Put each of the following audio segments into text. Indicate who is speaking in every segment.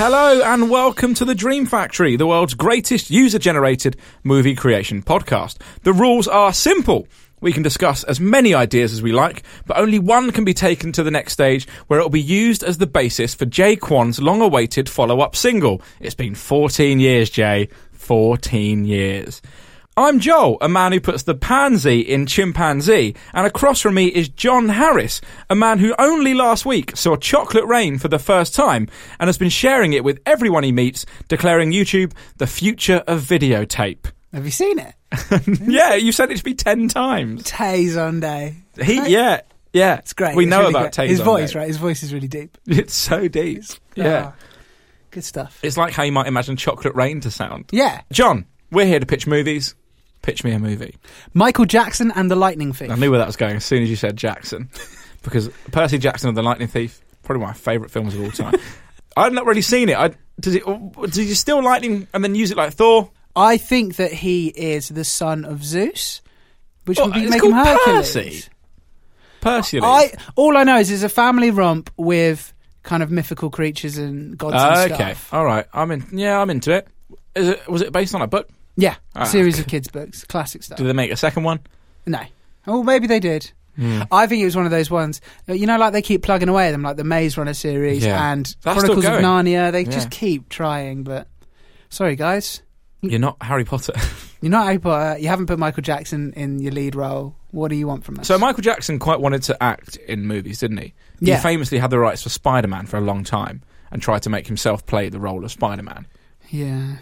Speaker 1: Hello and welcome to the Dream Factory, the world's greatest user generated movie creation podcast. The rules are simple. We can discuss as many ideas as we like, but only one can be taken to the next stage where it will be used as the basis for Jay Kwan's long awaited follow up single. It's been 14 years, Jay. 14 years. I'm Joel, a man who puts the pansy in chimpanzee, and across from me is John Harris, a man who only last week saw chocolate rain for the first time and has been sharing it with everyone he meets, declaring YouTube the future of videotape.
Speaker 2: Have you seen it? Hmm.
Speaker 1: yeah, you said it to me ten times.
Speaker 2: Taze Day.
Speaker 1: He, yeah, yeah,
Speaker 2: It's great.
Speaker 1: We
Speaker 2: It's
Speaker 1: know
Speaker 2: really
Speaker 1: about
Speaker 2: great.
Speaker 1: Taze
Speaker 2: His
Speaker 1: on
Speaker 2: voice,
Speaker 1: Day.
Speaker 2: right? His voice is really deep.
Speaker 1: It's so deep. yeah,
Speaker 2: Ah, good stuff.
Speaker 1: it's like how you might imagine chocolate rain to sound.
Speaker 2: Yeah.
Speaker 1: John, we're here to pitch movies. Pitch me a movie.
Speaker 2: Michael Jackson and the Lightning Thief.
Speaker 1: I knew where that was going as soon as you said Jackson, because Percy Jackson and the Lightning Thief, probably one of my favourite films of all time. I've not really seen it. I, does it? oh, Does he steal lightning and then use it like Thor?
Speaker 2: I think that he is the son of Zeus, which
Speaker 1: Oh,
Speaker 2: would be
Speaker 1: it's
Speaker 2: make him
Speaker 1: called
Speaker 2: Hercules.
Speaker 1: Percy. Personally,
Speaker 2: I all I know is it's a family romp with kind of mythical creatures and gods and
Speaker 1: Ah, okay,
Speaker 2: stuff.
Speaker 1: all right. I'm in. Yeah, I'm into it. Is it? Was it based on a book?
Speaker 2: Yeah,
Speaker 1: Ah,
Speaker 2: a series of kids' books, classic stuff.
Speaker 1: Did they make a second one?
Speaker 2: No. Oh, maybe they did.
Speaker 1: Hmm.
Speaker 2: I think it was one of those ones. uh, You know, like they keep plugging away at them, like the Maze Runner series
Speaker 1: Yeah.
Speaker 2: and
Speaker 1: That's still
Speaker 2: Chronicles of
Speaker 1: going.
Speaker 2: Narnia. They
Speaker 1: Yeah.
Speaker 2: just keep trying, but sorry, guys,
Speaker 1: You're not Harry Potter.
Speaker 2: you're not Harry Potter. You haven't put Michael Jackson in your lead role. What do you want from us?
Speaker 1: so Michael Jackson quite wanted to act in movies, didn't he?
Speaker 2: Yeah.
Speaker 1: He famously had the rights for Spider-Man for a long time and tried to make himself play the role of Spider-Man,
Speaker 2: yeah,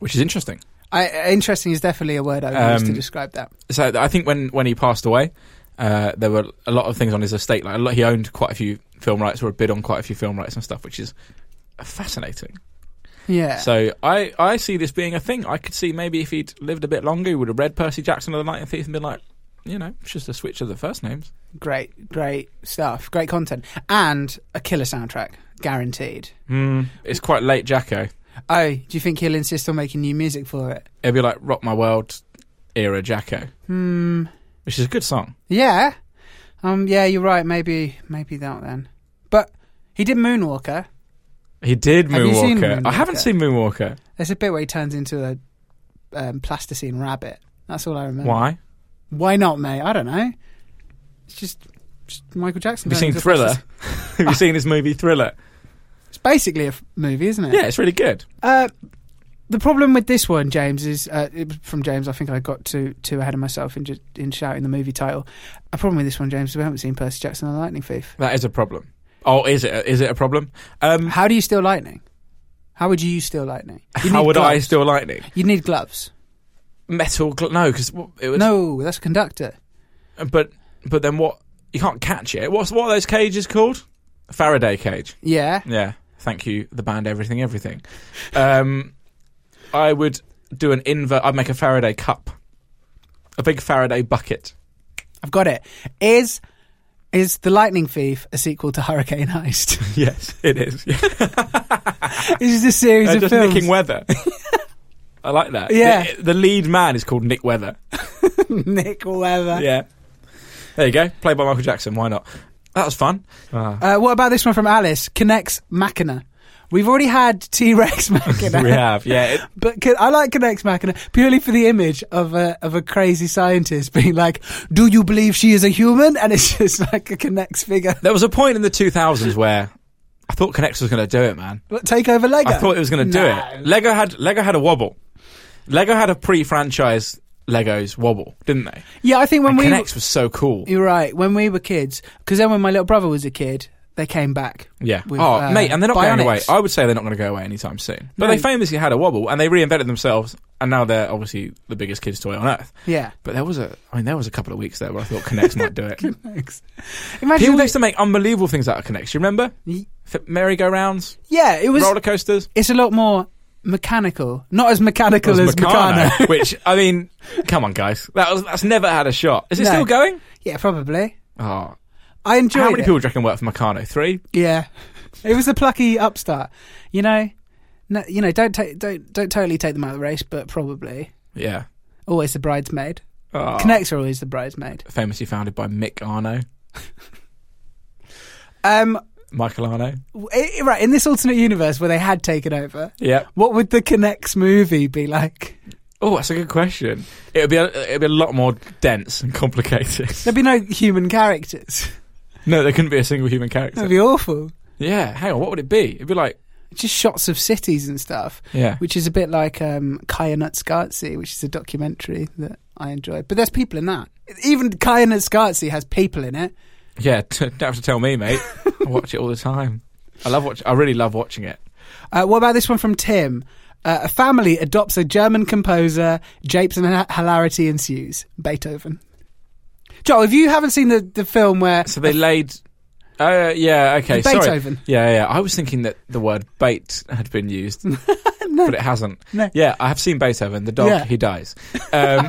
Speaker 1: which is interesting.
Speaker 2: I, uh, interesting is definitely a word I would use to
Speaker 1: Um,
Speaker 2: describe that.
Speaker 1: so I think when when he passed away, uh, there were a lot of things on his estate. Like a lot, he owned quite a few film rights, or a bid on quite a few film rights and stuff, which is fascinating.
Speaker 2: Yeah,
Speaker 1: So I I see this being a thing. I could see maybe if he'd lived a bit longer, he would have read Percy Jackson of the Night and Thief and been like, you know, it's just a switch of the first names.
Speaker 2: great, great stuff, great content, and a killer soundtrack, guaranteed.
Speaker 1: Hmm. It's quite late, Jacko.
Speaker 2: Oh, do you think he'll insist on making new music for it?
Speaker 1: It'd be like Rock My World era Jacko, hmm. which is a good song.
Speaker 2: Yeah. Um. Yeah, you're right. Maybe, maybe that then. But he did Moonwalker.
Speaker 1: He did
Speaker 2: Have you
Speaker 1: Moonwalker.
Speaker 2: seen
Speaker 1: I haven't
Speaker 2: Moonwalker?
Speaker 1: seen Moonwalker.
Speaker 2: There's a bit where he turns into a um, plasticine rabbit. That's all I remember.
Speaker 1: Why?
Speaker 2: Why not, mate? I don't know. It's just, just Michael Jackson.
Speaker 1: Have you
Speaker 2: turning
Speaker 1: seen
Speaker 2: into a
Speaker 1: Thriller?
Speaker 2: plastic-
Speaker 1: Have you seen his movie Thriller?
Speaker 2: It's basically a f- movie, isn't it?
Speaker 1: Yeah, it's really good.
Speaker 2: Uh, the problem with this one, James, is uh, it was from James. I think I got too too ahead of myself in just, in shouting the movie title. A problem with this one, James, is we haven't seen Percy Jackson and the Lightning Thief.
Speaker 1: That is a problem. Oh, is it? Is it a problem? Um,
Speaker 2: How do you steal lightning? How would you steal lightning? You'd
Speaker 1: how
Speaker 2: need
Speaker 1: would I
Speaker 2: gloves.
Speaker 1: steal lightning?
Speaker 2: You need gloves.
Speaker 1: Metal? Gl- no, because it was.
Speaker 2: No, that's a conductor.
Speaker 1: but but then what? You can't catch it. What's what are those cages called? Faraday cage.
Speaker 2: Yeah.
Speaker 1: Yeah. Thank you, the band Everything Everything. Um, I would do an invert. I'd make a Faraday cup, a big Faraday bucket.
Speaker 2: I've got it. Is is The Lightning Thief a sequel to Hurricane Heist?
Speaker 1: Yes, it is. Yeah.
Speaker 2: this is a series
Speaker 1: Uh,
Speaker 2: of
Speaker 1: just
Speaker 2: films.
Speaker 1: nicking weather. I like that.
Speaker 2: Yeah.
Speaker 1: The, the lead man is called Nick Weather.
Speaker 2: Nick Weather.
Speaker 1: Yeah. There you go. Played by Michael Jackson. Why not? That was fun.
Speaker 2: Uh, what about this one from Alice? Connects Machina. We've already had T Rex Machina.
Speaker 1: we have. Yeah. It,
Speaker 2: But can, I like Connects Machina purely for the image of a of a crazy scientist being like, "Do you believe she is a human?" And it's just like a Connects figure.
Speaker 1: there was a point in the 2000s where I thought Connect was going to do it, man.
Speaker 2: But Take over Lego.
Speaker 1: I thought it was going to do
Speaker 2: No.
Speaker 1: it. Lego had Lego had a wobble. Lego had a pre-franchise Legos wobble, didn't they?
Speaker 2: Yeah, I think when
Speaker 1: And
Speaker 2: we
Speaker 1: Connects was so cool.
Speaker 2: you're right when we were kids because then when my little brother was a kid, they came back.
Speaker 1: Yeah.
Speaker 2: with,
Speaker 1: oh,
Speaker 2: uh,
Speaker 1: mate, and they're not going away.
Speaker 2: Bionics.
Speaker 1: I would say they're not going to go away anytime soon. But
Speaker 2: No.
Speaker 1: they famously had a wobble, and they reinvented themselves, and now they're obviously the biggest kids toy on earth.
Speaker 2: Yeah.
Speaker 1: But there was a, I mean, there was a couple of weeks there where I thought Connects might do it.
Speaker 2: Thanks. Imagine
Speaker 1: People
Speaker 2: they,
Speaker 1: used to make unbelievable things out of Connects. You remember?
Speaker 2: Ye-
Speaker 1: F- merry-go-rounds,
Speaker 2: yeah, it was.
Speaker 1: roller coasters.
Speaker 2: It's a lot more mechanical, not as mechanical
Speaker 1: There
Speaker 2: as
Speaker 1: was Meccano,
Speaker 2: Meccano.
Speaker 1: which I mean, come on, guys, that was, that's never had a shot. Is it
Speaker 2: No.
Speaker 1: still going?
Speaker 2: yeah, probably.
Speaker 1: Oh,
Speaker 2: I enjoyed
Speaker 1: How many
Speaker 2: it.
Speaker 1: people do you reckon work for Meccano? Three?
Speaker 2: Yeah, it was a plucky upstart. You know, no, you know, don't take, don't don't totally take them out of the race, but probably
Speaker 1: Yeah.
Speaker 2: always the bridesmaid.
Speaker 1: Oh.
Speaker 2: Connects are always the bridesmaid.
Speaker 1: Famously founded by Mick Arno,
Speaker 2: Um,
Speaker 1: Michael Arno.
Speaker 2: w- i- right in this alternate universe where they had taken over,
Speaker 1: Yeah.
Speaker 2: what would the Connects movie be like?
Speaker 1: Oh, that's a good question. It would be a, it'd be a lot more dense and complicated.
Speaker 2: There'd be no human characters.
Speaker 1: no, there couldn't be a single human character.
Speaker 2: That'd be awful.
Speaker 1: yeah. Hang on, what would it be? It'd be like
Speaker 2: Just shots of cities and stuff,
Speaker 1: yeah.
Speaker 2: which is a bit like um, Kaya Nutskatsi, which is a documentary that I enjoyed. But there's people in that. Even Kaya Nutskatsi has people in it.
Speaker 1: Yeah, t- don't have to tell me, mate. I watch it all the time. I love watch. I really love watching it.
Speaker 2: Uh, what about this one from Tim? Uh, a family adopts a German composer, japes and ha- hilarity ensues. Beethoven. Joel, if you haven't seen the, the film where.
Speaker 1: So they laid. Uh, yeah, okay. sorry.
Speaker 2: Beethoven.
Speaker 1: Yeah, yeah. I was thinking that the word bait had been used, but it hasn't.
Speaker 2: No.
Speaker 1: Yeah, I have seen Beethoven. The dog,
Speaker 2: Yeah.
Speaker 1: he dies. Um,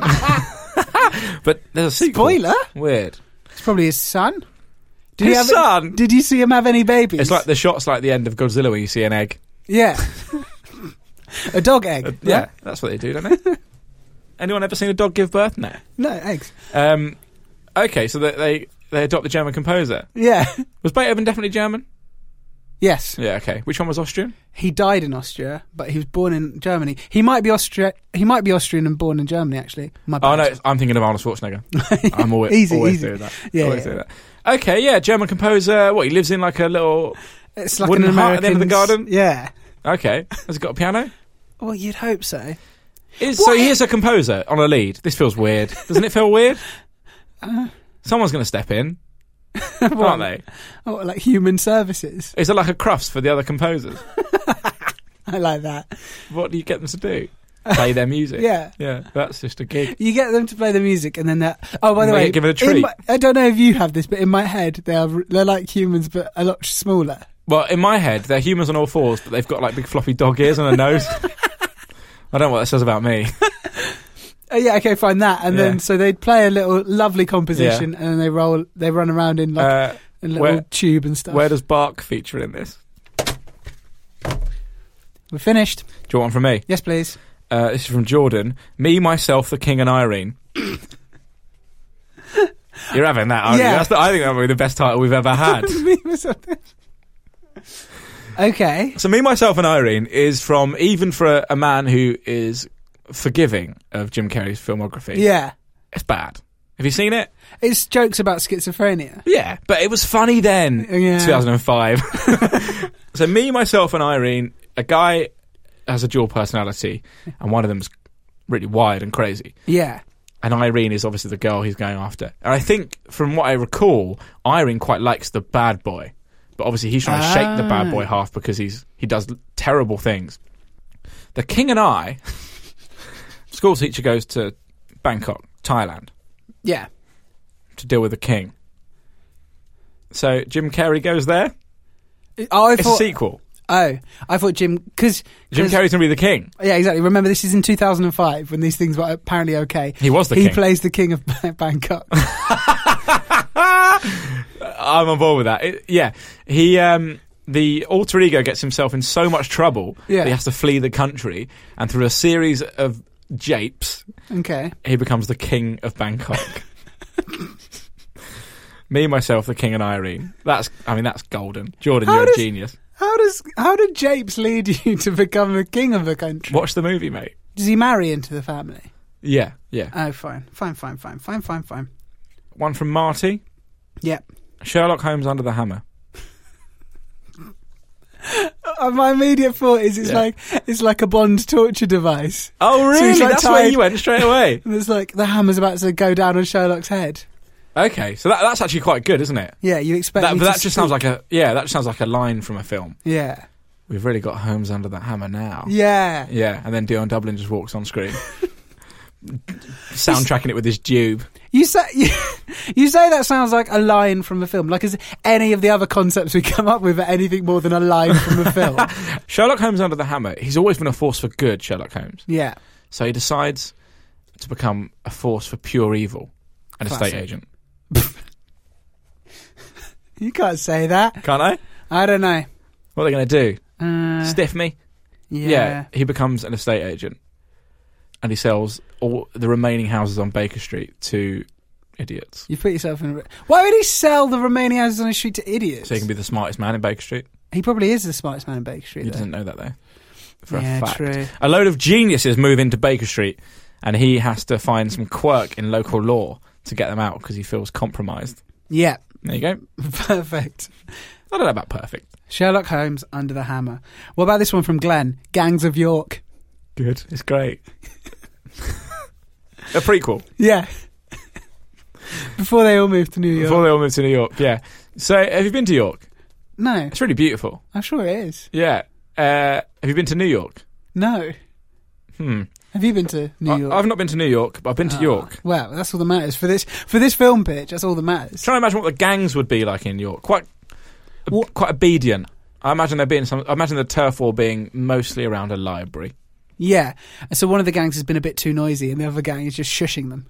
Speaker 1: but there's a sequel.
Speaker 2: Spoiler?
Speaker 1: Weird.
Speaker 2: It's probably his son. Did
Speaker 1: His
Speaker 2: have,
Speaker 1: son?
Speaker 2: Did you see him have any babies?
Speaker 1: It's like the shots like the end of Godzilla where you see an egg. Uh,
Speaker 2: Yeah. a dog egg. right?
Speaker 1: Yeah, that's what they do, don't they? Anyone ever seen a dog give birth? No.
Speaker 2: No, eggs.
Speaker 1: Um, okay, so they, they they adopt the German composer.
Speaker 2: Yeah.
Speaker 1: Was Beethoven definitely German?
Speaker 2: yes.
Speaker 1: Yeah. Okay. Which one was Austrian?
Speaker 2: He died in Austria, but he was born in Germany. He might be Austria. He might be Austrian and born in Germany. Actually, my
Speaker 1: Oh
Speaker 2: bad.
Speaker 1: no, it's- I'm thinking of Arnold Schwarzenegger. I'm always
Speaker 2: Easy,
Speaker 1: always
Speaker 2: easy.
Speaker 1: doing that.
Speaker 2: Yeah,
Speaker 1: always
Speaker 2: yeah.
Speaker 1: doing that. Okay, yeah, German composer. What he lives in like a little.
Speaker 2: it's like an
Speaker 1: wooden
Speaker 2: American
Speaker 1: hut at the end of the garden?
Speaker 2: Yeah.
Speaker 1: Okay, has he got a piano?
Speaker 2: Well, you'd hope so.
Speaker 1: Is, so
Speaker 2: What?
Speaker 1: he is a composer on a lead. This feels weird, doesn't it? Feel weird.
Speaker 2: Uh.
Speaker 1: Someone's going to step in, aren't they?
Speaker 2: Oh, like human services.
Speaker 1: Is it like a crust for the other composers?
Speaker 2: I like that.
Speaker 1: what do you get them to do? Play their music.
Speaker 2: Yeah.
Speaker 1: yeah. That's just a gig.
Speaker 2: You get them to play the music, and then they're. Oh, by the
Speaker 1: They
Speaker 2: way,
Speaker 1: get given a
Speaker 2: in
Speaker 1: treat.
Speaker 2: my- I don't know if you have this, but in my head, they are they're like humans, but a lot smaller.
Speaker 1: Well, in my head, they're humans on all fours, but they've got like big floppy dog ears and a nose. I don't know what that says about me.
Speaker 2: Oh, yeah, okay, fine that, and
Speaker 1: Yeah.
Speaker 2: then so they'd play a little lovely composition, and then they roll, they run around in like
Speaker 1: Uh,
Speaker 2: a little
Speaker 1: where-
Speaker 2: tube and stuff.
Speaker 1: where does Bark feature in this?
Speaker 2: We're finished.
Speaker 1: Do you want one from me?
Speaker 2: Yes, please.
Speaker 1: Uh, this is from Jordan. Me, myself, the King, and Irene. You're having that, aren't
Speaker 2: Yeah.
Speaker 1: you? That's the, I think that would be the best title we've ever had.
Speaker 2: Meme or something. okay.
Speaker 1: so, me, myself, and Irene is from even for a, a man who is forgiving of Jim Carrey's filmography.
Speaker 2: Yeah.
Speaker 1: it's bad. Have you seen it?
Speaker 2: It's jokes about schizophrenia.
Speaker 1: Yeah, but it was funny then.
Speaker 2: Yeah.
Speaker 1: 2005. so me, myself, and Irene. A guy has a dual personality, and one of them's really wired and crazy.
Speaker 2: Yeah.
Speaker 1: And Irene is obviously the girl he's going after. And I think, from what I recall, Irene quite likes the bad boy, but obviously he's trying to shake the bad boy half because he's he does l- terrible things. The King and I, school teacher goes to Bangkok, Thailand
Speaker 2: Yeah.
Speaker 1: to deal with the king. So Jim Carrey goes there.
Speaker 2: Oh, I
Speaker 1: It's
Speaker 2: thought,
Speaker 1: a sequel.
Speaker 2: oh, I thought Jim because
Speaker 1: Jim Carrey's gonna be the king.
Speaker 2: Yeah, exactly. Remember, this is in 2005 when these things were apparently okay.
Speaker 1: He was the
Speaker 2: he
Speaker 1: king.
Speaker 2: plays the king of Bangkok.
Speaker 1: I'm on board with that. It- yeah, he um, the alter ego gets himself in so much trouble
Speaker 2: Yeah.
Speaker 1: that he has to flee the country, and through a series of japes,
Speaker 2: Okay.
Speaker 1: he becomes the king of Bangkok. Me, myself, the king, and Irene. That's, I mean, that's golden. Jordan,
Speaker 2: How
Speaker 1: you're
Speaker 2: does-
Speaker 1: a genius.
Speaker 2: How does how did Japes lead you to become the king of the country?
Speaker 1: Watch the movie, mate.
Speaker 2: Does he marry into the family?
Speaker 1: Yeah, yeah.
Speaker 2: Oh, fine, fine, fine, fine, fine, fine, fine.
Speaker 1: One from Marty.
Speaker 2: Yep.
Speaker 1: Sherlock Holmes under the hammer.
Speaker 2: Uh, my immediate thought is it's
Speaker 1: Yeah.
Speaker 2: like it's like a Bond torture device.
Speaker 1: Oh,
Speaker 2: So
Speaker 1: really?
Speaker 2: he's, like,
Speaker 1: That's where
Speaker 2: tied-
Speaker 1: you went straight away.
Speaker 2: And it's like the hammer's about to go down on Sherlock's head.
Speaker 1: okay, so that, that's actually quite good, isn't it?
Speaker 2: Yeah, you expect
Speaker 1: That,
Speaker 2: me
Speaker 1: but
Speaker 2: to
Speaker 1: that just sounds like a yeah. That just sounds like a line from a film.
Speaker 2: Yeah,
Speaker 1: We've really got Holmes under the hammer now.
Speaker 2: yeah.
Speaker 1: Yeah, and then Dion Dublin just walks on screen, soundtracking it with his tube.
Speaker 2: You say you, you say that sounds like a line from the film. Like is any of the other concepts we come up with are anything more than a line from the film?
Speaker 1: Sherlock Holmes under the hammer. He's always been a force for good, Sherlock Holmes.
Speaker 2: Yeah,
Speaker 1: So he decides to become a force for pure evil, an
Speaker 2: Classic.
Speaker 1: estate agent.
Speaker 2: you can't say that.
Speaker 1: Can't I?
Speaker 2: I don't know.
Speaker 1: What are they going to do?
Speaker 2: Uh,
Speaker 1: Stiff me?
Speaker 2: yeah.
Speaker 1: Yeah. He becomes an estate agent, and he sells all the remaining houses on Baker Street to idiots.
Speaker 2: You put yourself in. A, why would he sell the remaining houses on his street to idiots?
Speaker 1: So he can be the smartest man in Baker Street.
Speaker 2: he probably is the smartest man in Baker Street.
Speaker 1: He
Speaker 2: though.
Speaker 1: doesn't know that though. For
Speaker 2: Yeah,
Speaker 1: a fact.
Speaker 2: true.
Speaker 1: A load of geniuses move into Baker Street, and he has to find some quirk in local law to get them out because he feels compromised.
Speaker 2: Yeah,
Speaker 1: There you go.
Speaker 2: perfect.
Speaker 1: I don't know about perfect.
Speaker 2: Sherlock Holmes under the hammer. What about this one from Glenn? Gangs of York.
Speaker 1: Good. It's great. a prequel
Speaker 2: Yeah. Before they all moved to New York.
Speaker 1: before they all moved to New York. Yeah. So have you been to York?
Speaker 2: no,
Speaker 1: It's really beautiful.
Speaker 2: I'm sure it is.
Speaker 1: Yeah. Uh, have you been to New York?
Speaker 2: No.
Speaker 1: Hmm.
Speaker 2: Have you been to New
Speaker 1: I,
Speaker 2: York?
Speaker 1: I've not been to New York, but I've been to
Speaker 2: Ah,
Speaker 1: York.
Speaker 2: Well, that's all that matters for this for this film pitch. That's all that matters.
Speaker 1: trying to imagine what the gangs would be like in York. Quite, quite obedient. I imagine there being some. I imagine the turf war being mostly around a library.
Speaker 2: Yeah. So one of the gangs has been a bit too noisy, and the other gang is just shushing them.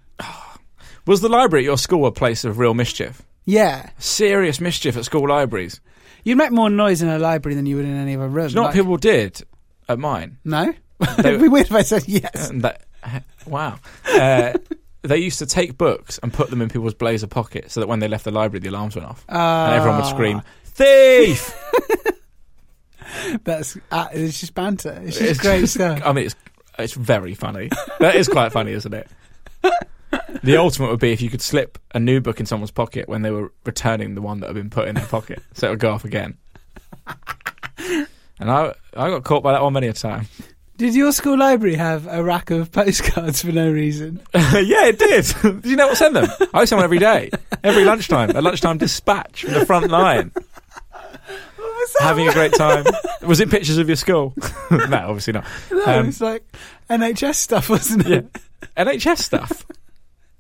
Speaker 1: Was the library at your school a place of real mischief?
Speaker 2: Yeah.
Speaker 1: Serious mischief at school libraries.
Speaker 2: You'd make more noise in a library than you would in any other room.
Speaker 1: Do you know what
Speaker 2: like-
Speaker 1: people did at mine?
Speaker 2: No.
Speaker 1: They-
Speaker 2: It'd be weird if I said yes.
Speaker 1: And that, wow. Uh, they used to take books and put them in people's blazer pockets so that when they left the library, the alarms went off and everyone would
Speaker 2: Ah.
Speaker 1: scream, "Thief!"
Speaker 2: That's uh, it's just banter. It's just
Speaker 1: It's
Speaker 2: great
Speaker 1: just-
Speaker 2: stuff.
Speaker 1: I mean, it's it's very funny. That is quite funny, isn't it? The ultimate would be if you could slip a new book in someone's pocket when they were returning the one that had been put in their pocket, so it would go off again. And I I got caught by that one many a time.
Speaker 2: Did your school library have a rack of postcards for no reason?
Speaker 1: yeah, it did. did you know what sent them? I sent one every day, every lunchtime, a lunchtime dispatch from the front line. Having a great time. Was it pictures of your school? no, obviously not.
Speaker 2: No,
Speaker 1: Um,
Speaker 2: it's like NHS stuff, wasn't it?
Speaker 1: Yeah. NHS stuff.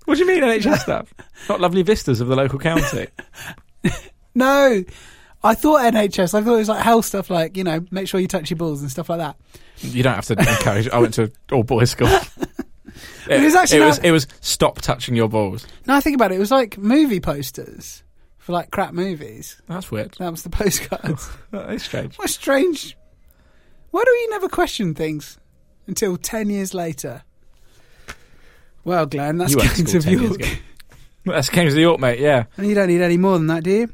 Speaker 1: What do you mean NHS stuff? Not lovely vistas of the local county.
Speaker 2: No, I thought NHS. I thought it was like health stuff, like you know, make sure you touch your balls and stuff like that.
Speaker 1: You don't have to encourage. I went to an all boys school. It,
Speaker 2: It was actually
Speaker 1: it was,
Speaker 2: not-
Speaker 1: it was stop touching your balls.
Speaker 2: Now I think about it, it was like movie posters for like crap movies.
Speaker 1: That's weird.
Speaker 2: That was the postcards.
Speaker 1: That is strange.
Speaker 2: what a strange. Why do you never question things until ten years later? Well, Glenn, that's
Speaker 1: You went to
Speaker 2: gangs
Speaker 1: school
Speaker 2: of
Speaker 1: 10 years
Speaker 2: York.
Speaker 1: ago. That's came to the York, mate. Yeah.
Speaker 2: And you don't need any more than that, do you?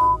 Speaker 3: f-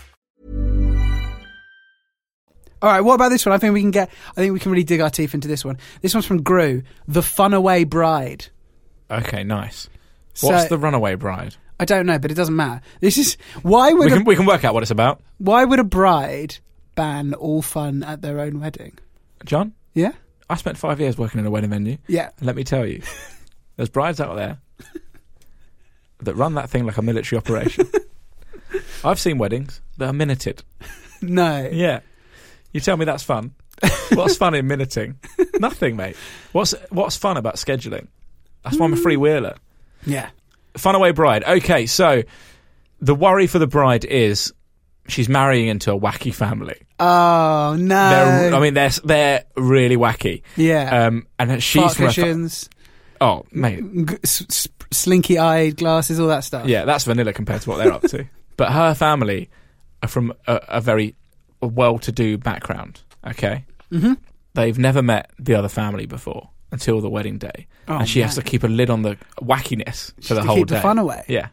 Speaker 2: All right, what about this one? I think we can get. I think we can really dig our teeth into this one. This one's from Gru, the Funaway Bride.
Speaker 1: Okay, nice. What's
Speaker 2: So-
Speaker 1: the runaway bride?
Speaker 2: I don't know, but it doesn't matter. This is why would
Speaker 1: We
Speaker 2: a,
Speaker 1: can we can work out what it's about.
Speaker 2: why would a bride ban all fun at their own wedding?
Speaker 1: John,
Speaker 2: Yeah,
Speaker 1: I spent five years working in a wedding venue.
Speaker 2: yeah.
Speaker 1: And let me tell you, there's brides out there that run that thing like a military operation. I've seen weddings that are minuted.
Speaker 2: No,
Speaker 1: Yeah. You tell me that's fun. What's fun in minuting? Nothing, mate. What's what's fun about scheduling? That's why I'm a
Speaker 2: Mm.
Speaker 1: freewheeler.
Speaker 2: yeah.
Speaker 1: Fun away bride. Okay, so the worry for the bride is she's marrying into a wacky family.
Speaker 2: Oh no.
Speaker 1: They're, I mean, they're they're really wacky.
Speaker 2: yeah.
Speaker 1: Um, and
Speaker 2: Fart
Speaker 1: she's from a fa-
Speaker 2: cushions,
Speaker 1: oh mate,
Speaker 2: g- s- s- slinky-eyed glasses, all that stuff.
Speaker 1: yeah, that's vanilla compared to what they're up to. But her family are from a, a very well-to-do background. Okay, mm-hmm. they've never met the other family before until the wedding day,
Speaker 2: Oh,
Speaker 1: and she has to
Speaker 2: man.
Speaker 1: keep a lid on the wackiness for the
Speaker 2: to
Speaker 1: whole
Speaker 2: keep
Speaker 1: day.
Speaker 2: the fun away.
Speaker 1: Yeah.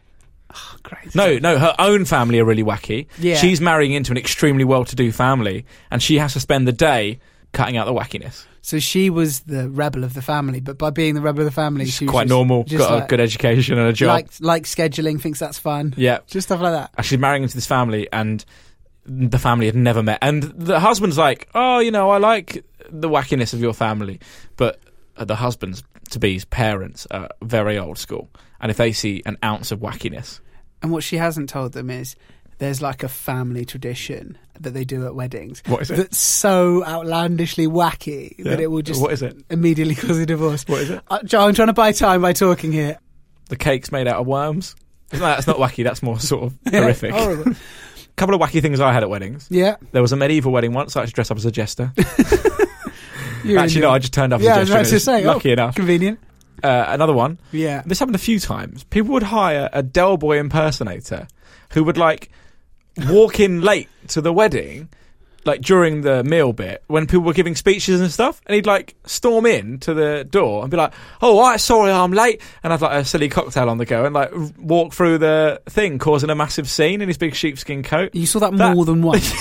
Speaker 2: Great.
Speaker 1: No, no, her own family are really wacky.
Speaker 2: Yeah.
Speaker 1: She's marrying into an extremely well to do family, and she has to spend the day cutting out the wackiness.
Speaker 2: So she was the rebel of the family, but by being the rebel of the family,
Speaker 1: She's
Speaker 2: she was
Speaker 1: quite
Speaker 2: just-
Speaker 1: normal,
Speaker 2: just
Speaker 1: got a
Speaker 2: like-
Speaker 1: good education and a job.
Speaker 2: Like, like scheduling, thinks that's fun.
Speaker 1: yeah.
Speaker 2: Just stuff like that.
Speaker 1: And she's marrying into this family, and the family had never met. And the husband's like, oh, you know, I like the wackiness of your family, but uh, the husband's to be's parents are very old school. And if they see an ounce of wackiness,
Speaker 2: And what she hasn't told them is there's like a family tradition that they do at weddings.
Speaker 1: What is it?
Speaker 2: That's so outlandishly wacky that
Speaker 1: Yeah.
Speaker 2: it will just
Speaker 1: What is it?
Speaker 2: immediately cause a divorce.
Speaker 1: What is it?
Speaker 2: Uh, Joe, I'm trying to buy time by talking here.
Speaker 1: the cake's made out of worms. No, that's not wacky. That's more sort of horrific.
Speaker 2: Horrible.
Speaker 1: couple of wacky things I had at weddings.
Speaker 2: Yeah.
Speaker 1: There was a medieval wedding once. I had to dress up as a jester.
Speaker 2: You're
Speaker 1: Actually,
Speaker 2: in
Speaker 1: no,
Speaker 2: your-
Speaker 1: I just turned up
Speaker 2: yeah,
Speaker 1: as
Speaker 2: I was
Speaker 1: a jester.
Speaker 2: about
Speaker 1: It
Speaker 2: to
Speaker 1: was
Speaker 2: say. oh,
Speaker 1: lucky enough.
Speaker 2: Convenient.
Speaker 1: Uh, another one.
Speaker 2: Yeah.
Speaker 1: This happened a few times. People would hire a Del Boy impersonator who would like walk in late to the wedding, like during the meal bit when people were giving speeches and stuff, and he'd like storm in to the door and be like, "Oh, I sorry, I'm late," and I'd like a silly cocktail on the go and like r- walk through the thing, causing a massive scene in his big sheepskin coat.
Speaker 2: You saw that,
Speaker 1: That-
Speaker 2: more than once.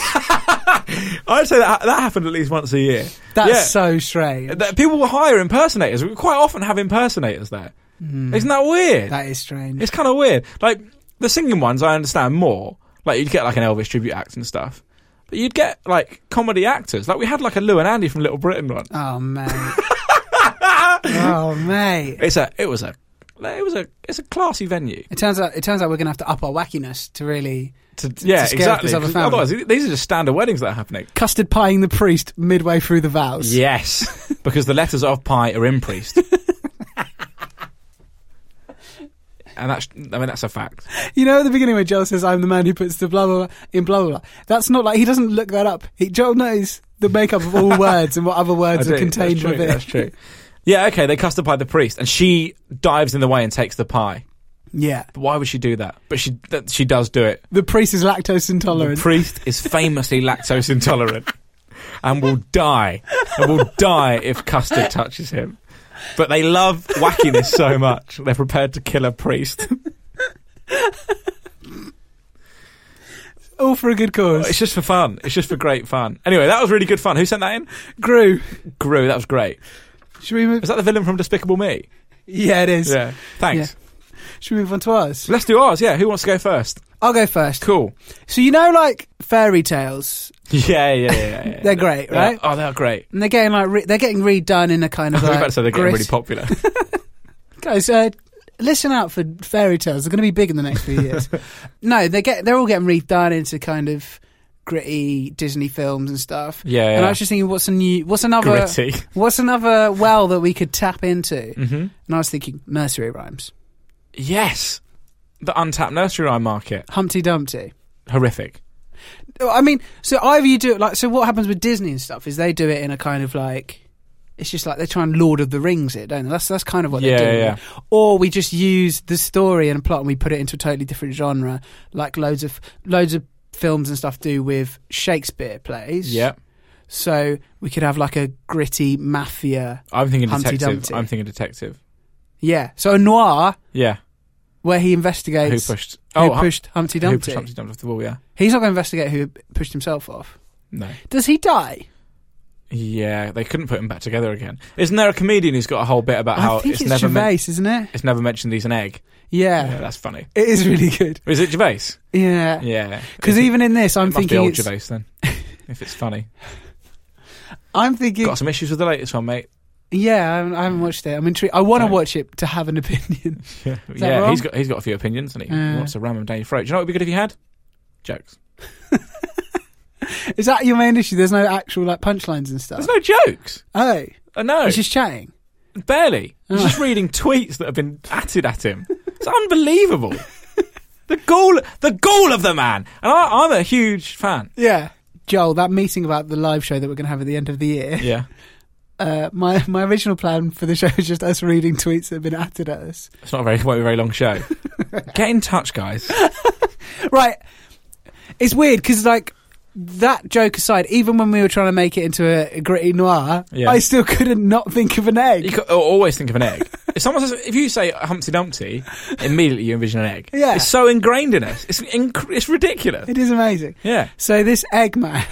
Speaker 1: I'd say that that happened at least once a year.
Speaker 2: That's
Speaker 1: Yeah.
Speaker 2: so strange.
Speaker 1: that people will hire impersonators. We quite often have impersonators there.
Speaker 2: Hmm.
Speaker 1: not that weird?
Speaker 2: that is strange.
Speaker 1: it's kind of weird. Like the singing ones, I understand more. Like you'd get like an Elvis tribute act and stuff, but you'd get like comedy actors. Like we had like a Lou and Andy from Little Britain one.
Speaker 2: Oh mate. oh mate.
Speaker 1: It's a it was a it was a it's a classy venue.
Speaker 2: It turns out it turns out we're gonna have to up our wackiness to really
Speaker 1: To, yeah,
Speaker 2: scare up
Speaker 1: exactly.
Speaker 2: this other
Speaker 1: 'cause
Speaker 2: family.
Speaker 1: Otherwise, these are just standard weddings that are happening.
Speaker 2: custard pieing the priest midway through the vows.
Speaker 1: Yes, because the letters of pi are in priest. And that's, I mean, that's a fact.
Speaker 2: You know at the beginning where Joel says, I'm the man who puts the blah blah blah in blah blah blah. That's not like he doesn't look that up. He, Joel knows the makeup of all words and what other words
Speaker 1: I
Speaker 2: are
Speaker 1: do,
Speaker 2: contained
Speaker 1: that's true,
Speaker 2: within.
Speaker 1: That's true. Yeah, okay, they custified the priest, and she dives in the way and takes the pie.
Speaker 2: Yeah.
Speaker 1: But why would she do that? But she that, she does do it.
Speaker 2: The priest is lactose
Speaker 1: The
Speaker 2: intolerant.
Speaker 1: priest is famously lactose intolerant and will die. And will die if custard touches him. But they love wackiness so much, they're prepared to kill a priest.
Speaker 2: all for a good
Speaker 1: It's
Speaker 2: cause.
Speaker 1: just for fun. It's just for great fun. Anyway, that was really good fun. Who sent that in?
Speaker 2: Grew.
Speaker 1: Gru, that was great.
Speaker 2: Should we move
Speaker 1: Is that the villain from Despicable Me?
Speaker 2: Yeah it is.
Speaker 1: Yeah. Thanks.
Speaker 2: Should we move on to ours?
Speaker 1: Let's do ours, yeah. Who wants to go first?
Speaker 2: I'll go first.
Speaker 1: Cool.
Speaker 2: So you know like fairy tales
Speaker 1: Yeah, yeah, yeah. yeah, yeah.
Speaker 2: They're great,
Speaker 1: They're-
Speaker 2: right?
Speaker 1: Oh, they're great.
Speaker 2: and they're getting like re- they're getting redone in a kind
Speaker 1: I
Speaker 2: of
Speaker 1: was
Speaker 2: like
Speaker 1: about to say they're getting
Speaker 2: grit-
Speaker 1: really popular.
Speaker 2: guys, uh, listen out for fairy tales. They're going to be big in the next few years. no, they get they're all getting redone into kind of gritty Disney films and stuff.
Speaker 1: Yeah,
Speaker 2: And
Speaker 1: yeah.
Speaker 2: I was just thinking, what's a new, what's another,
Speaker 1: Gritty.
Speaker 2: what's another well that we could tap into? Mm-hmm. And I was thinking nursery rhymes,
Speaker 1: Yes. The untapped nursery rhyme market.
Speaker 2: Humpty Dumpty.
Speaker 1: Horrific.
Speaker 2: I mean, so either you do it like, so what happens with Disney and stuff is they do it in a kind of like, it's just like they try and Lord of the Rings it, don't they? That's that's kind of what
Speaker 1: Yeah,
Speaker 2: they're doing.
Speaker 1: yeah,
Speaker 2: Or we just use the story and plot and we put it into a totally different genre, like loads of loads of films and stuff do with Shakespeare plays.
Speaker 1: Yeah.
Speaker 2: So we could have like a gritty mafia.
Speaker 1: I'm thinking
Speaker 2: Humpty
Speaker 1: detective.
Speaker 2: Dumpty.
Speaker 1: I'm thinking detective.
Speaker 2: Yeah. So a noir
Speaker 1: Yeah.
Speaker 2: where he investigates
Speaker 1: who pushed? Oh,
Speaker 2: who
Speaker 1: Hum-
Speaker 2: pushed Humpty
Speaker 1: Who
Speaker 2: Dumpty.
Speaker 1: pushed Humpty Dumpty off the wall? Yeah.
Speaker 2: He's not going to investigate who pushed himself off.
Speaker 1: No.
Speaker 2: Does he die?
Speaker 1: Yeah, they couldn't put him back together again. Isn't there a comedian who's got a whole bit about how
Speaker 2: I think it's,
Speaker 1: never
Speaker 2: Gervais,
Speaker 1: men-
Speaker 2: isn't it?
Speaker 1: it's never mentioned he's an egg?
Speaker 2: Yeah.
Speaker 1: Yeah, that's funny.
Speaker 2: It is really good.
Speaker 1: Is it Gervais?
Speaker 2: Yeah.
Speaker 1: Yeah.
Speaker 2: Because
Speaker 1: Is it-
Speaker 2: even in this, I'm
Speaker 1: it must be
Speaker 2: thinking
Speaker 1: old
Speaker 2: it's,
Speaker 1: Gervais then. if it's funny,
Speaker 2: I'm thinking.
Speaker 1: got some issues with the latest one, mate.
Speaker 2: Yeah, I haven't, I haven't watched it. I'm intrigued. I want to
Speaker 1: Right.
Speaker 2: watch it to have an opinion.
Speaker 1: Yeah,
Speaker 2: that wrong?
Speaker 1: he's got he's got a few opinions, and he
Speaker 2: Uh.
Speaker 1: wants to ram them down your throat. Do you know what would be good if you had jokes?
Speaker 2: is that your main issue? There's no actual like punchlines and stuff.
Speaker 1: There's no jokes.
Speaker 2: oh,
Speaker 1: Uh, no,
Speaker 2: it's just chatting.
Speaker 1: barely. He's
Speaker 2: Oh.
Speaker 1: just reading tweets that have been atted at him. It's unbelievable. the goal, the goal of the man, and I, I'm a huge fan.
Speaker 2: Yeah. Joel, that meeting about the live show that we're going to have at the end of the year.
Speaker 1: Yeah,
Speaker 2: Uh, my my original plan for the show is just us reading tweets that have been atted at us.
Speaker 1: it's not a very won't be a very long show. Get in touch, guys.
Speaker 2: Right. It's weird because like that joke aside, even when we were trying to make it into a, a gritty noir,
Speaker 1: Yeah.
Speaker 2: I still couldn't not think of an
Speaker 1: You
Speaker 2: egg.
Speaker 1: can always think of an egg. If someone says, if you say Humpty Dumpty, immediately you envision an egg.
Speaker 2: Yeah.
Speaker 1: it's so ingrained in us. It's inc- it's ridiculous.
Speaker 2: It is amazing.
Speaker 1: Yeah.
Speaker 2: So this Eggman.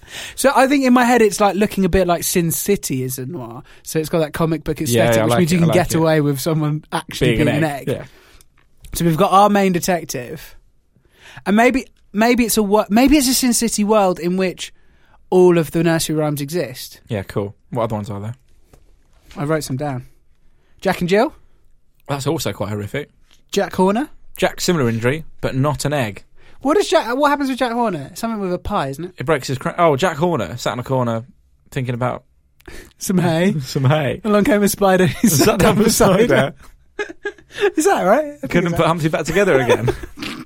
Speaker 2: so I think in my head it's like looking a bit like Sin City is a noir. So it's got that comic book
Speaker 1: Yeah,
Speaker 2: aesthetic,
Speaker 1: I
Speaker 2: which
Speaker 1: like
Speaker 2: means you
Speaker 1: it, I
Speaker 2: can
Speaker 1: like
Speaker 2: get
Speaker 1: it.
Speaker 2: away with someone actually being, an egg.
Speaker 1: Yeah.
Speaker 2: So we've got our main detective, and maybe maybe it's a wo- maybe it's a Sin City world in which all of the nursery rhymes exist.
Speaker 1: Yeah, cool. What other ones are there?
Speaker 2: I wrote some down. Jack and Jill,
Speaker 1: That's also quite horrific.
Speaker 2: Jack Horner.
Speaker 1: Jack, similar injury, but not an egg.
Speaker 2: What is Jack? What happens with Jack Horner? Something with a pie, isn't it?
Speaker 1: It breaks his cra- Oh, Jack Horner sat in a corner thinking about
Speaker 2: Some hay.
Speaker 1: some hay.
Speaker 2: Along came a spider. He sat down beside her. Is that right? I think
Speaker 1: Couldn't
Speaker 2: it's
Speaker 1: put Humpty back together again.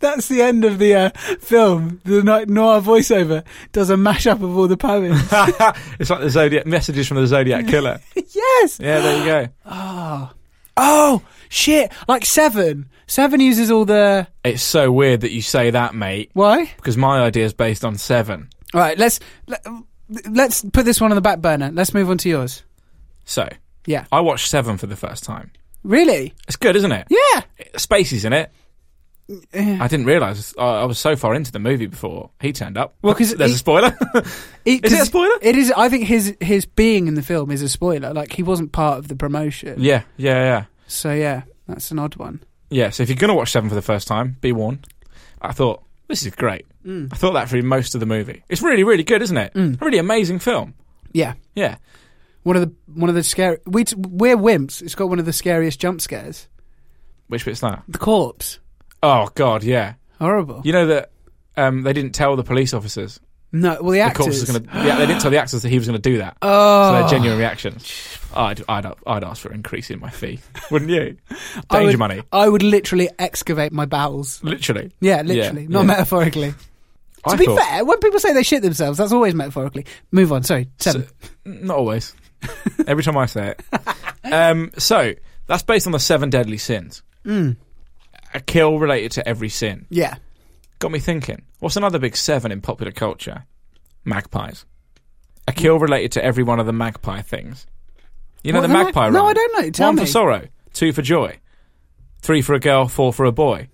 Speaker 2: That's the end of the uh, film. The no- noir voiceover does a mashup of all the poems.
Speaker 1: it's like the Zodiac messages from the Zodiac Killer.
Speaker 2: yes.
Speaker 1: Yeah, there you go.
Speaker 2: Oh shit! Like seven. Seven uses all the
Speaker 1: It's so weird that you say that, mate,
Speaker 2: why?
Speaker 1: because my idea is based on seven.
Speaker 2: All right. Let's let, let's put this one on the back burner. Let's move on to yours.
Speaker 1: So,
Speaker 2: Yeah.
Speaker 1: I watched Seven for the first time.
Speaker 2: Really?
Speaker 1: It's good, isn't it?
Speaker 2: Yeah.
Speaker 1: Spacey's in it. I didn't realise I I was so far into the movie before he turned up.
Speaker 2: Well, 'cause
Speaker 1: there's
Speaker 2: he-
Speaker 1: a spoiler.
Speaker 2: It,
Speaker 1: Is it a
Speaker 2: 'cause
Speaker 1: spoiler?
Speaker 2: It is. I think his his being in the film is a spoiler. Like he wasn't part of the promotion.
Speaker 1: yeah, yeah, yeah.
Speaker 2: So yeah, that's an odd one.
Speaker 1: Yeah, so if you're going to watch Seven for the first time, be warned. I thought, this is great.
Speaker 2: Mm.
Speaker 1: I thought that for most of the movie. It's really, really good, isn't it? A really amazing film.
Speaker 2: Yeah.
Speaker 1: Yeah.
Speaker 2: One of the one of the scary. We t- we're wimps. It's got one of the scariest jump scares.
Speaker 1: Which bit's that?
Speaker 2: The corpse.
Speaker 1: Oh, God, yeah.
Speaker 2: Horrible.
Speaker 1: You know that um, they didn't tell the police officers.
Speaker 2: No, well the
Speaker 1: The corpse
Speaker 2: actors.
Speaker 1: was gonna, yeah, they didn't tell the actors that he was going to do that.
Speaker 2: Oh.
Speaker 1: So their genuine reactions. I'd, I'd, I'd ask for increasing my fee, wouldn't you?
Speaker 2: I
Speaker 1: Danger
Speaker 2: would,
Speaker 1: money.
Speaker 2: I would literally excavate my bowels.
Speaker 1: Literally.
Speaker 2: Yeah, literally,
Speaker 1: Yeah,
Speaker 2: not
Speaker 1: yeah.
Speaker 2: metaphorically. to be fair, when people say they shit themselves, that's always metaphorically. Move on. Sorry, seven.
Speaker 1: Not always. Every time I say it. Um, so that's based on the seven deadly sins.
Speaker 2: Hmm.
Speaker 1: A kill related to every sin.
Speaker 2: yeah.
Speaker 1: Got me thinking. What's another big seven in popular culture? Magpies. A kill related to every one of the magpie things. You know the
Speaker 2: What the mag-
Speaker 1: magpie.
Speaker 2: No,
Speaker 1: rhyme?
Speaker 2: I don't know. Tell
Speaker 1: one
Speaker 2: me.
Speaker 1: for sorrow, two for joy, three for a girl, four for a boy,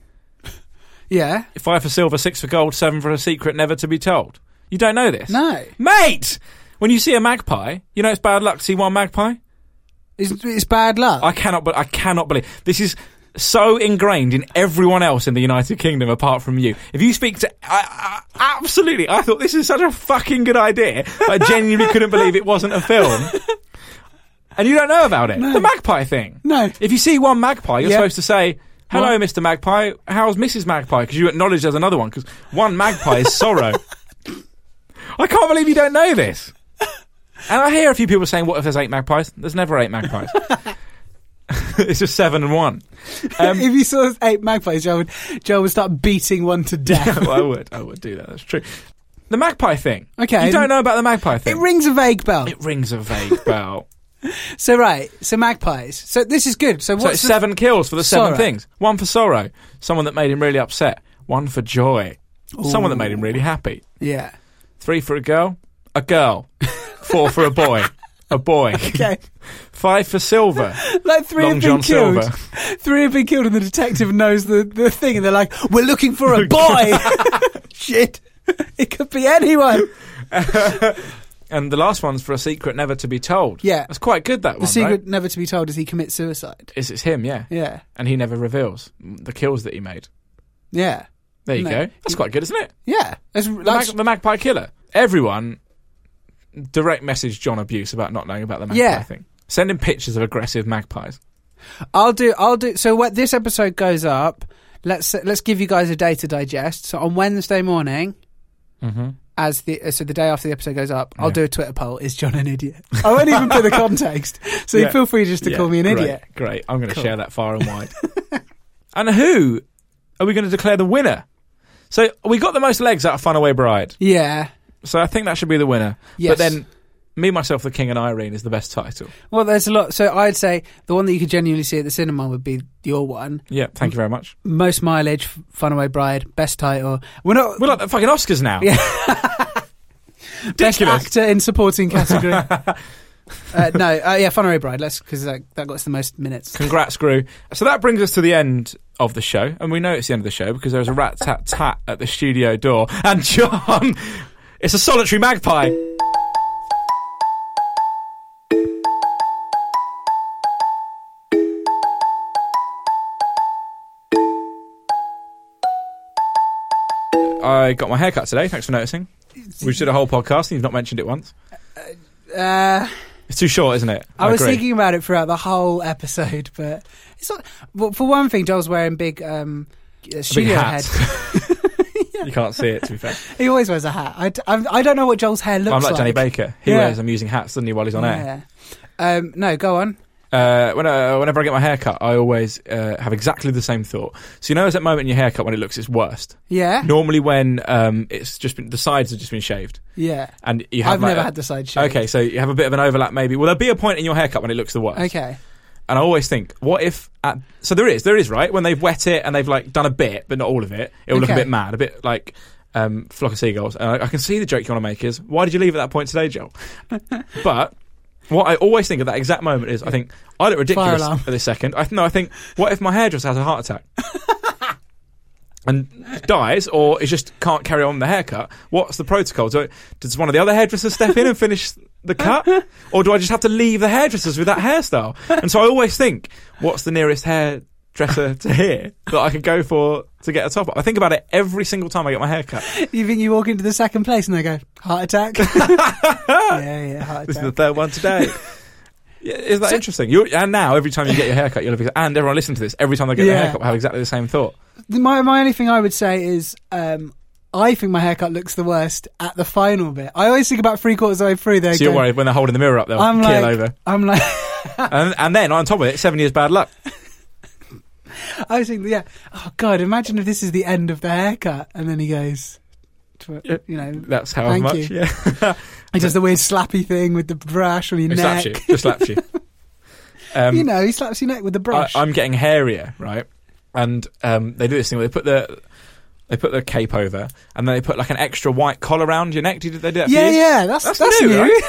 Speaker 2: Yeah.
Speaker 1: five for silver, six for gold, seven for a secret never to be told. You don't know this,
Speaker 2: No.
Speaker 1: mate. When you see a magpie, you know it's bad luck to see one magpie.
Speaker 2: It's, it's bad luck.
Speaker 1: I cannot, but I cannot believe this is so ingrained in everyone else in the United Kingdom apart from you. If you speak to, I, I, absolutely, I thought this is such a fucking good idea. I genuinely couldn't believe it wasn't a film. And you don't know about it. The magpie thing.
Speaker 2: No.
Speaker 1: If you see one magpie, you're
Speaker 2: Yeah.
Speaker 1: supposed to say, Hello, Mr. Magpie. How's Mrs. Magpie? Because you acknowledge there's another one. Because one magpie is sorrow. I can't believe you don't know this. And I hear a few people saying, "What if there's eight magpies?" There's never eight magpies. it's just seven and one. Um,
Speaker 2: if you saw eight magpies, Joe would, Joe would start beating one to death.
Speaker 1: well, Oh, I would. I would do that. That's true. The magpie thing.
Speaker 2: Okay.
Speaker 1: You don't know about the magpie thing.
Speaker 2: It rings a vague bell.
Speaker 1: It rings a vague bell.
Speaker 2: So right, so magpies. So this is good. So
Speaker 1: so
Speaker 2: what's
Speaker 1: it's seven kills for the seven
Speaker 2: Sorrow.
Speaker 1: things. One for sorrow, someone that made him really upset. One for joy, someone that made him really happy.
Speaker 2: The, yeah.
Speaker 1: Three for a girl, a girl. Four for a boy, a boy.
Speaker 2: Okay.
Speaker 1: Five for silver.
Speaker 2: Like three
Speaker 1: Long
Speaker 2: have
Speaker 1: John
Speaker 2: been killed.
Speaker 1: Silver.
Speaker 2: Three have been killed, and the detective knows the, the thing, and they're like, "We're looking for a boy." Shit, it could be anyone.
Speaker 1: And the last one's for a secret never to be told.
Speaker 2: Yeah.
Speaker 1: That's quite good, that
Speaker 2: The
Speaker 1: one.
Speaker 2: secret
Speaker 1: right?
Speaker 2: never to be told is he commits suicide.
Speaker 1: Is it's him, yeah.
Speaker 2: Yeah,
Speaker 1: And he never reveals the kills that he made.
Speaker 2: yeah,
Speaker 1: There you
Speaker 2: No.
Speaker 1: go. That's quite good, isn't it?
Speaker 2: yeah. That's,
Speaker 1: The,
Speaker 2: that's-
Speaker 1: mag- the Magpie Killer. Everyone direct message John abuse about not knowing about the Magpie
Speaker 2: Yeah.
Speaker 1: thing. Send him pictures of aggressive magpies.
Speaker 2: I'll do. I'll do. So when this episode goes up, let's let's give you guys a day to digest. So on Wednesday morning, as the uh, so the day after the episode goes up, I'll
Speaker 1: Mm-hmm. Yeah.
Speaker 2: do a Twitter poll. Is John an idiot? I won't even put the context. So
Speaker 1: Yeah.
Speaker 2: feel free just to
Speaker 1: Yeah,
Speaker 2: call me an
Speaker 1: great,
Speaker 2: idiot.
Speaker 1: Great. I'm going to share that far and wide. and who are we going to declare the winner? So we got the most legs out of Funaway Bride.
Speaker 2: Yeah.
Speaker 1: So I think that should be the winner.
Speaker 2: Yes.
Speaker 1: But then Me, Myself, the King and Irene is the best title.
Speaker 2: Well, there's a lot. So I'd say the one that you could genuinely see at the cinema would be your one.
Speaker 1: Yeah, thank
Speaker 2: Mm.
Speaker 1: you very much.
Speaker 2: Most mileage, Funaway Bride, best title. We're not
Speaker 1: We're like the fucking Oscars now.
Speaker 2: Yeah. best
Speaker 1: ridiculous.
Speaker 2: actor in supporting category. uh, no, uh, yeah, Funaway Bride. Let's because that, that got us the most minutes.
Speaker 1: Congrats, Gru. So that brings us to the end of the show, and we know it's the end of the show because there was a rat tat tat at the studio door, and John, it's a solitary magpie. I got my haircut today. Thanks for noticing. We did a whole podcast, and you've not mentioned it once.
Speaker 2: Uh,
Speaker 1: It's too short, isn't it?
Speaker 2: I, was
Speaker 1: agree.
Speaker 2: thinking about it throughout the whole episode, but it's not. Well, for one thing, Joel's wearing big um, uh,
Speaker 1: a big
Speaker 2: studio
Speaker 1: hat.
Speaker 2: head.
Speaker 1: you can't see it. To be fair.
Speaker 2: He always wears a hat. I, d- I'm- I don't know what Joel's hair looks
Speaker 1: I'm like, Danny Baker. He
Speaker 2: Yeah.
Speaker 1: wears amusing hats, doesn't he, while he's on air?
Speaker 2: Yeah. Um, no, go on.
Speaker 1: Uh, when, uh, whenever I get my haircut, I always uh, have exactly the same thought. So you know, there's that moment in your haircut when it looks its worst.
Speaker 2: Yeah.
Speaker 1: Normally, when um, it's just been the sides have just been shaved,
Speaker 2: Yeah.
Speaker 1: and you have
Speaker 2: I've
Speaker 1: like,
Speaker 2: never
Speaker 1: a-
Speaker 2: had the side shaved.
Speaker 1: Okay, so you have a bit of an overlap, maybe. Will there be a point in your haircut when it looks the worst?
Speaker 2: Okay.
Speaker 1: And I always think, what if? At, so there is, there is, right? When they've wet it and they've like done a bit, but not all of it, it'll look a
Speaker 2: Okay.
Speaker 1: bit mad, a bit like um, flock of seagulls. And I, I can see the joke you want to make is, why did you leave at that point today, Joel? but what I always think at that exact moment is, I think I look ridiculous
Speaker 2: alarm.
Speaker 1: at this second. I, no, I think, what if my hairdresser has a heart attack? And dies, or it just can't carry on the haircut. What's the protocol? Do I, does one of the other hairdressers step in and finish the cut, or do I just have to leave the hairdressers with that hairstyle? And so I always think, what's the nearest hairdresser to here that I could go for to get a top up? I think about it every single time I get my haircut.
Speaker 2: You think you walk into the second place and they go heart attack? yeah, yeah, heart
Speaker 1: This is the
Speaker 2: attack.
Speaker 1: third one today. Yeah, Is that interesting? You, and now, every time you get your haircut, you'll have, ex- and everyone listening to this, every time they get
Speaker 2: Yeah.
Speaker 1: their haircut, will have exactly the same thought.
Speaker 2: my my only thing I would say is um, I think my haircut looks the worst at the final bit. I always think about three quarters of the way through. There,
Speaker 1: So you're worried when they're holding the mirror up, they'll
Speaker 2: I'm
Speaker 1: keel
Speaker 2: like, ah.
Speaker 1: over.
Speaker 2: I'm like,
Speaker 1: And, and then, on top of it, seven years bad luck.
Speaker 2: I was thinking, yeah. Oh God, imagine if this is the end of the haircut, and then he goes, to,
Speaker 1: Yeah.
Speaker 2: you know,
Speaker 1: That's how
Speaker 2: Thank
Speaker 1: much.
Speaker 2: you.
Speaker 1: Yeah.
Speaker 2: he does the weird slappy thing with the brush on your
Speaker 1: He
Speaker 2: neck.
Speaker 1: slaps you. Just slaps you. Um,
Speaker 2: you know, he slaps your neck with the
Speaker 1: I,
Speaker 2: brush.
Speaker 1: I'm getting hairier, right? And um, they do this thing where they put the they put the cape over, and then they put like an extra white collar around your neck. Did they do that? for
Speaker 2: yeah,
Speaker 1: you?
Speaker 2: yeah, that's that's,
Speaker 1: That's new,
Speaker 2: new.
Speaker 1: right?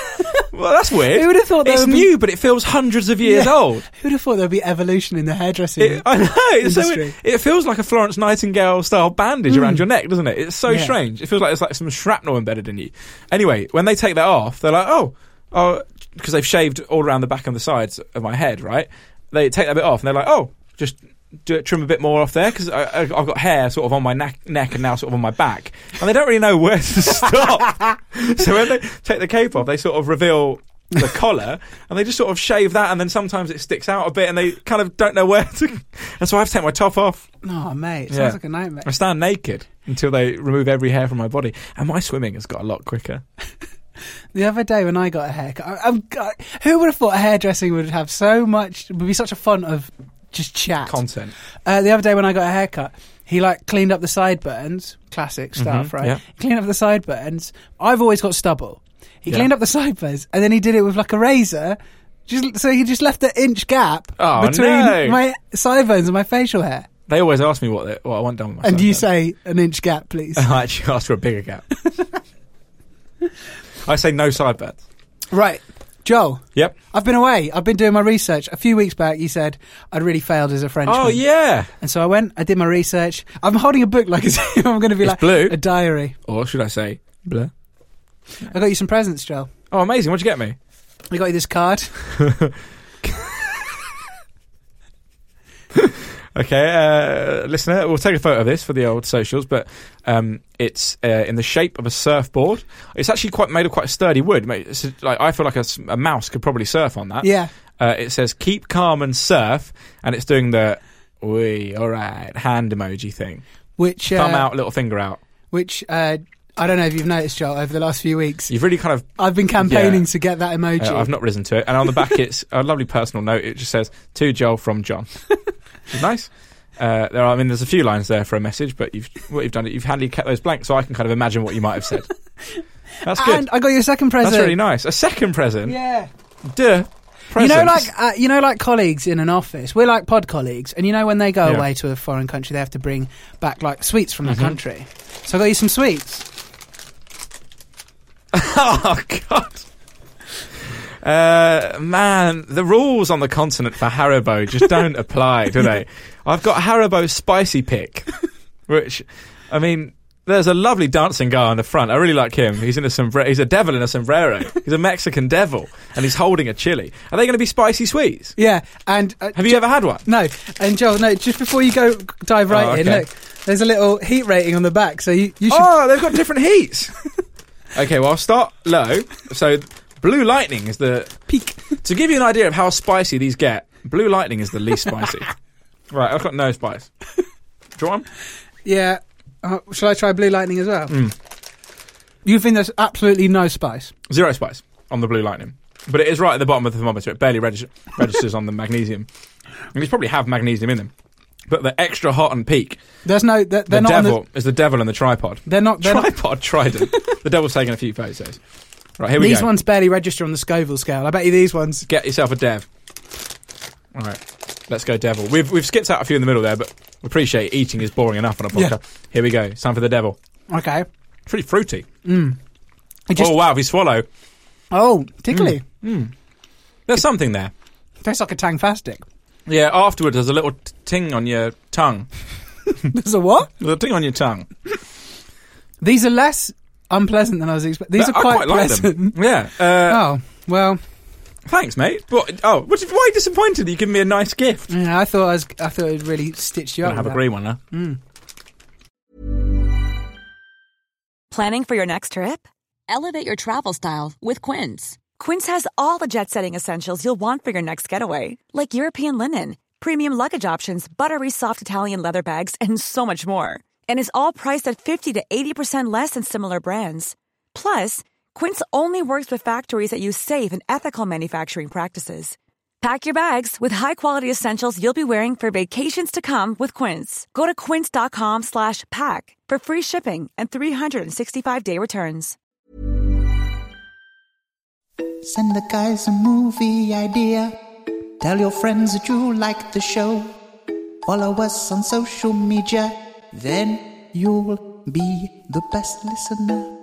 Speaker 1: Well, that's weird.
Speaker 2: Who would have thought that
Speaker 1: it's
Speaker 2: would be-
Speaker 1: new, but it feels hundreds of years
Speaker 2: Yeah.
Speaker 1: old.
Speaker 2: Who'd have thought there'd be evolution in the hairdressing?
Speaker 1: It, I know. It's so,
Speaker 2: Industry. Hmm.
Speaker 1: weird. it feels like a Florence Nightingale style bandage around your neck, doesn't it? It's so
Speaker 2: Yeah.
Speaker 1: strange. It feels like there's like some shrapnel embedded in you. Anyway, when they take that off, they're like, oh, oh, because they've shaved all around the back and the sides of my head, right? They take that bit off, and they're like, oh, just. Do it, trim a bit more off there because I've got hair sort of on my neck, neck and now sort of on my back, and they don't really know where to stop. so when they take the cape off, they sort of reveal the collar, and they just sort of shave that, and then sometimes it sticks out a bit, and they kind of don't know where to. And so I have to take my top off.
Speaker 2: Oh, mate, it sounds
Speaker 1: Yeah.
Speaker 2: like a nightmare.
Speaker 1: I stand naked until they remove every hair from my body, and my swimming has got a lot quicker.
Speaker 2: The other day when I got a haircut, I, I'm, I, who would have thought hairdressing would have so much, would be such a font of just chat.
Speaker 1: Content.
Speaker 2: Uh, the other day when I got a haircut, he like cleaned up the sideburns, classic stuff,
Speaker 1: Mhm,
Speaker 2: right?
Speaker 1: yeah.
Speaker 2: Cleaned up the sideburns. I've always got stubble. He
Speaker 1: Yeah.
Speaker 2: cleaned up the sideburns, and then he did it with like a razor. Just, so he just left an inch gap
Speaker 1: Oh,
Speaker 2: between
Speaker 1: no.
Speaker 2: my sideburns and my facial hair.
Speaker 1: They always ask me what, they, what I want done with my
Speaker 2: And you
Speaker 1: sideburns.
Speaker 2: say an inch gap, please.
Speaker 1: I actually asked for a bigger gap. I say no sideburns.
Speaker 2: right, Joel.
Speaker 1: Yep.
Speaker 2: I've been away. I've been doing my research. A few weeks back, you said I'd really failed as a Frenchman.
Speaker 1: Oh yeah.
Speaker 2: And so I went. I did my research. I'm holding a book like as if I'm going to be
Speaker 1: It's
Speaker 2: like
Speaker 1: blue.
Speaker 2: a diary.
Speaker 1: Or should I say blur?
Speaker 2: I got you some presents, Joel.
Speaker 1: Oh, amazing! What'd you get me?
Speaker 2: I got you this card.
Speaker 1: Okay, uh, listener, we'll take a photo of this for the old socials, but um, it's uh, in the shape of a surfboard. It's actually quite made of quite sturdy wood. mate. It's, like I feel like a, s- a mouse could probably surf on that.
Speaker 2: yeah.
Speaker 1: Uh, it says "Keep calm and surf," and it's doing the "Oi, all right" hand emoji thing.
Speaker 2: Which uh,
Speaker 1: Thumb out, little finger out.
Speaker 2: Which uh, I don't know if you've noticed, Joel. Over the last few weeks,
Speaker 1: You've really kind of
Speaker 2: I've been campaigning
Speaker 1: Yeah.
Speaker 2: to get that emoji.
Speaker 1: Uh, I've not risen to it. And on the back, it's a lovely personal note. It just says, "To Joel from John," which is nice. Uh, there are, I mean, there's a few lines there for a message, but you've what you've done, you've handily kept those blank, so I can kind of imagine what you might have said. That's
Speaker 2: and
Speaker 1: good.
Speaker 2: I got you a second present.
Speaker 1: That's really nice. A second present.
Speaker 2: Yeah.
Speaker 1: Duh.
Speaker 2: You know,
Speaker 1: Presents.
Speaker 2: like uh, you know, like colleagues in an office. We're like pod colleagues, and you know when they go
Speaker 1: Yeah. Mm-hmm.
Speaker 2: away to a foreign country, they have to bring back like sweets from the country. So I got you some sweets.
Speaker 1: oh god. Uh, man, the rules on the continent for Haribo just don't apply, do they? I've got Haribo Spicy Pick, which, I mean, there's a lovely dancing guy on the front. I really like him. He's in a sombrero. He's a devil in a sombrero. He's a Mexican devil, and he's holding a chili. Are they going to be spicy sweets?
Speaker 2: Yeah, and uh,
Speaker 1: Have you ever had one?
Speaker 2: No, and Joel, no. Just before you go dive right
Speaker 1: Oh,
Speaker 2: in,
Speaker 1: okay.
Speaker 2: look, there's a little heat rating on the back, so you, you should.
Speaker 1: Oh, they've got different heats. okay, well, I'll start low. So, blue lightning is the peak. To give you an idea of how spicy these get, blue lightning is the least spicy. right, I've got no spice. Do you want one?
Speaker 2: Yeah. Uh, shall I try blue lightning as well?
Speaker 1: Mm.
Speaker 2: You think there's absolutely no spice?
Speaker 1: Zero spice on the blue lightning. But it is right at the bottom of the thermometer. It barely regis- registers on the magnesium. And these probably have magnesium in them. But the extra hot and peak,
Speaker 2: There's no. They're,
Speaker 1: the
Speaker 2: they're not. on the-
Speaker 1: devil is the devil and the tripod.
Speaker 2: they're not. They're not
Speaker 1: tripod trident. the devil's taking a few photos. Right, here we
Speaker 2: these
Speaker 1: go.
Speaker 2: ones barely register on the Scoville scale. I bet you these ones.
Speaker 1: Get yourself a dev. All right, let's go devil. We've we've skipped out a few in the middle there, but we appreciate eating is boring enough on a podcast.
Speaker 2: Yeah.
Speaker 1: Here we go. It's time for the devil.
Speaker 2: Okay.
Speaker 1: Pretty fruity.
Speaker 2: I just-
Speaker 1: oh Mm.
Speaker 2: oh,
Speaker 1: wow, if you swallow,
Speaker 2: tickly.
Speaker 1: there's something there.
Speaker 2: Tastes like a tang fastic.
Speaker 1: Yeah. Afterwards, there's a little t- ting on your tongue.
Speaker 2: There's a what?
Speaker 1: There's a ting on your tongue.
Speaker 2: These are less unpleasant than I was expecting. These
Speaker 1: I-
Speaker 2: are quite,
Speaker 1: I quite like
Speaker 2: pleasant.
Speaker 1: them. Yeah. Uh,
Speaker 2: Oh well,
Speaker 1: Thanks, mate. What? Oh, what, why are you disappointed? that You give me a nice gift.
Speaker 2: yeah, I thought I was. I thought it really stitched you
Speaker 1: Gonna have
Speaker 2: up.
Speaker 1: a
Speaker 2: with that.
Speaker 1: green one now.
Speaker 4: Planning for your next trip? Elevate your travel style with Quince. Quince has all the jet setting essentials you'll want for your next getaway, like European linen, premium luggage options, buttery soft Italian leather bags, and so much more. And is all priced at 50 to 80% less than similar brands. Plus, Quince only works with factories that use safe and ethical manufacturing practices. Pack your bags with high-quality essentials you'll be wearing for vacations to come with Quince. Go to quince.com slash pack for free shipping and 365-day returns.
Speaker 5: Send the guys a movie idea. Tell your friends that you like the show. Follow us on social media. Then you'll be the best listener.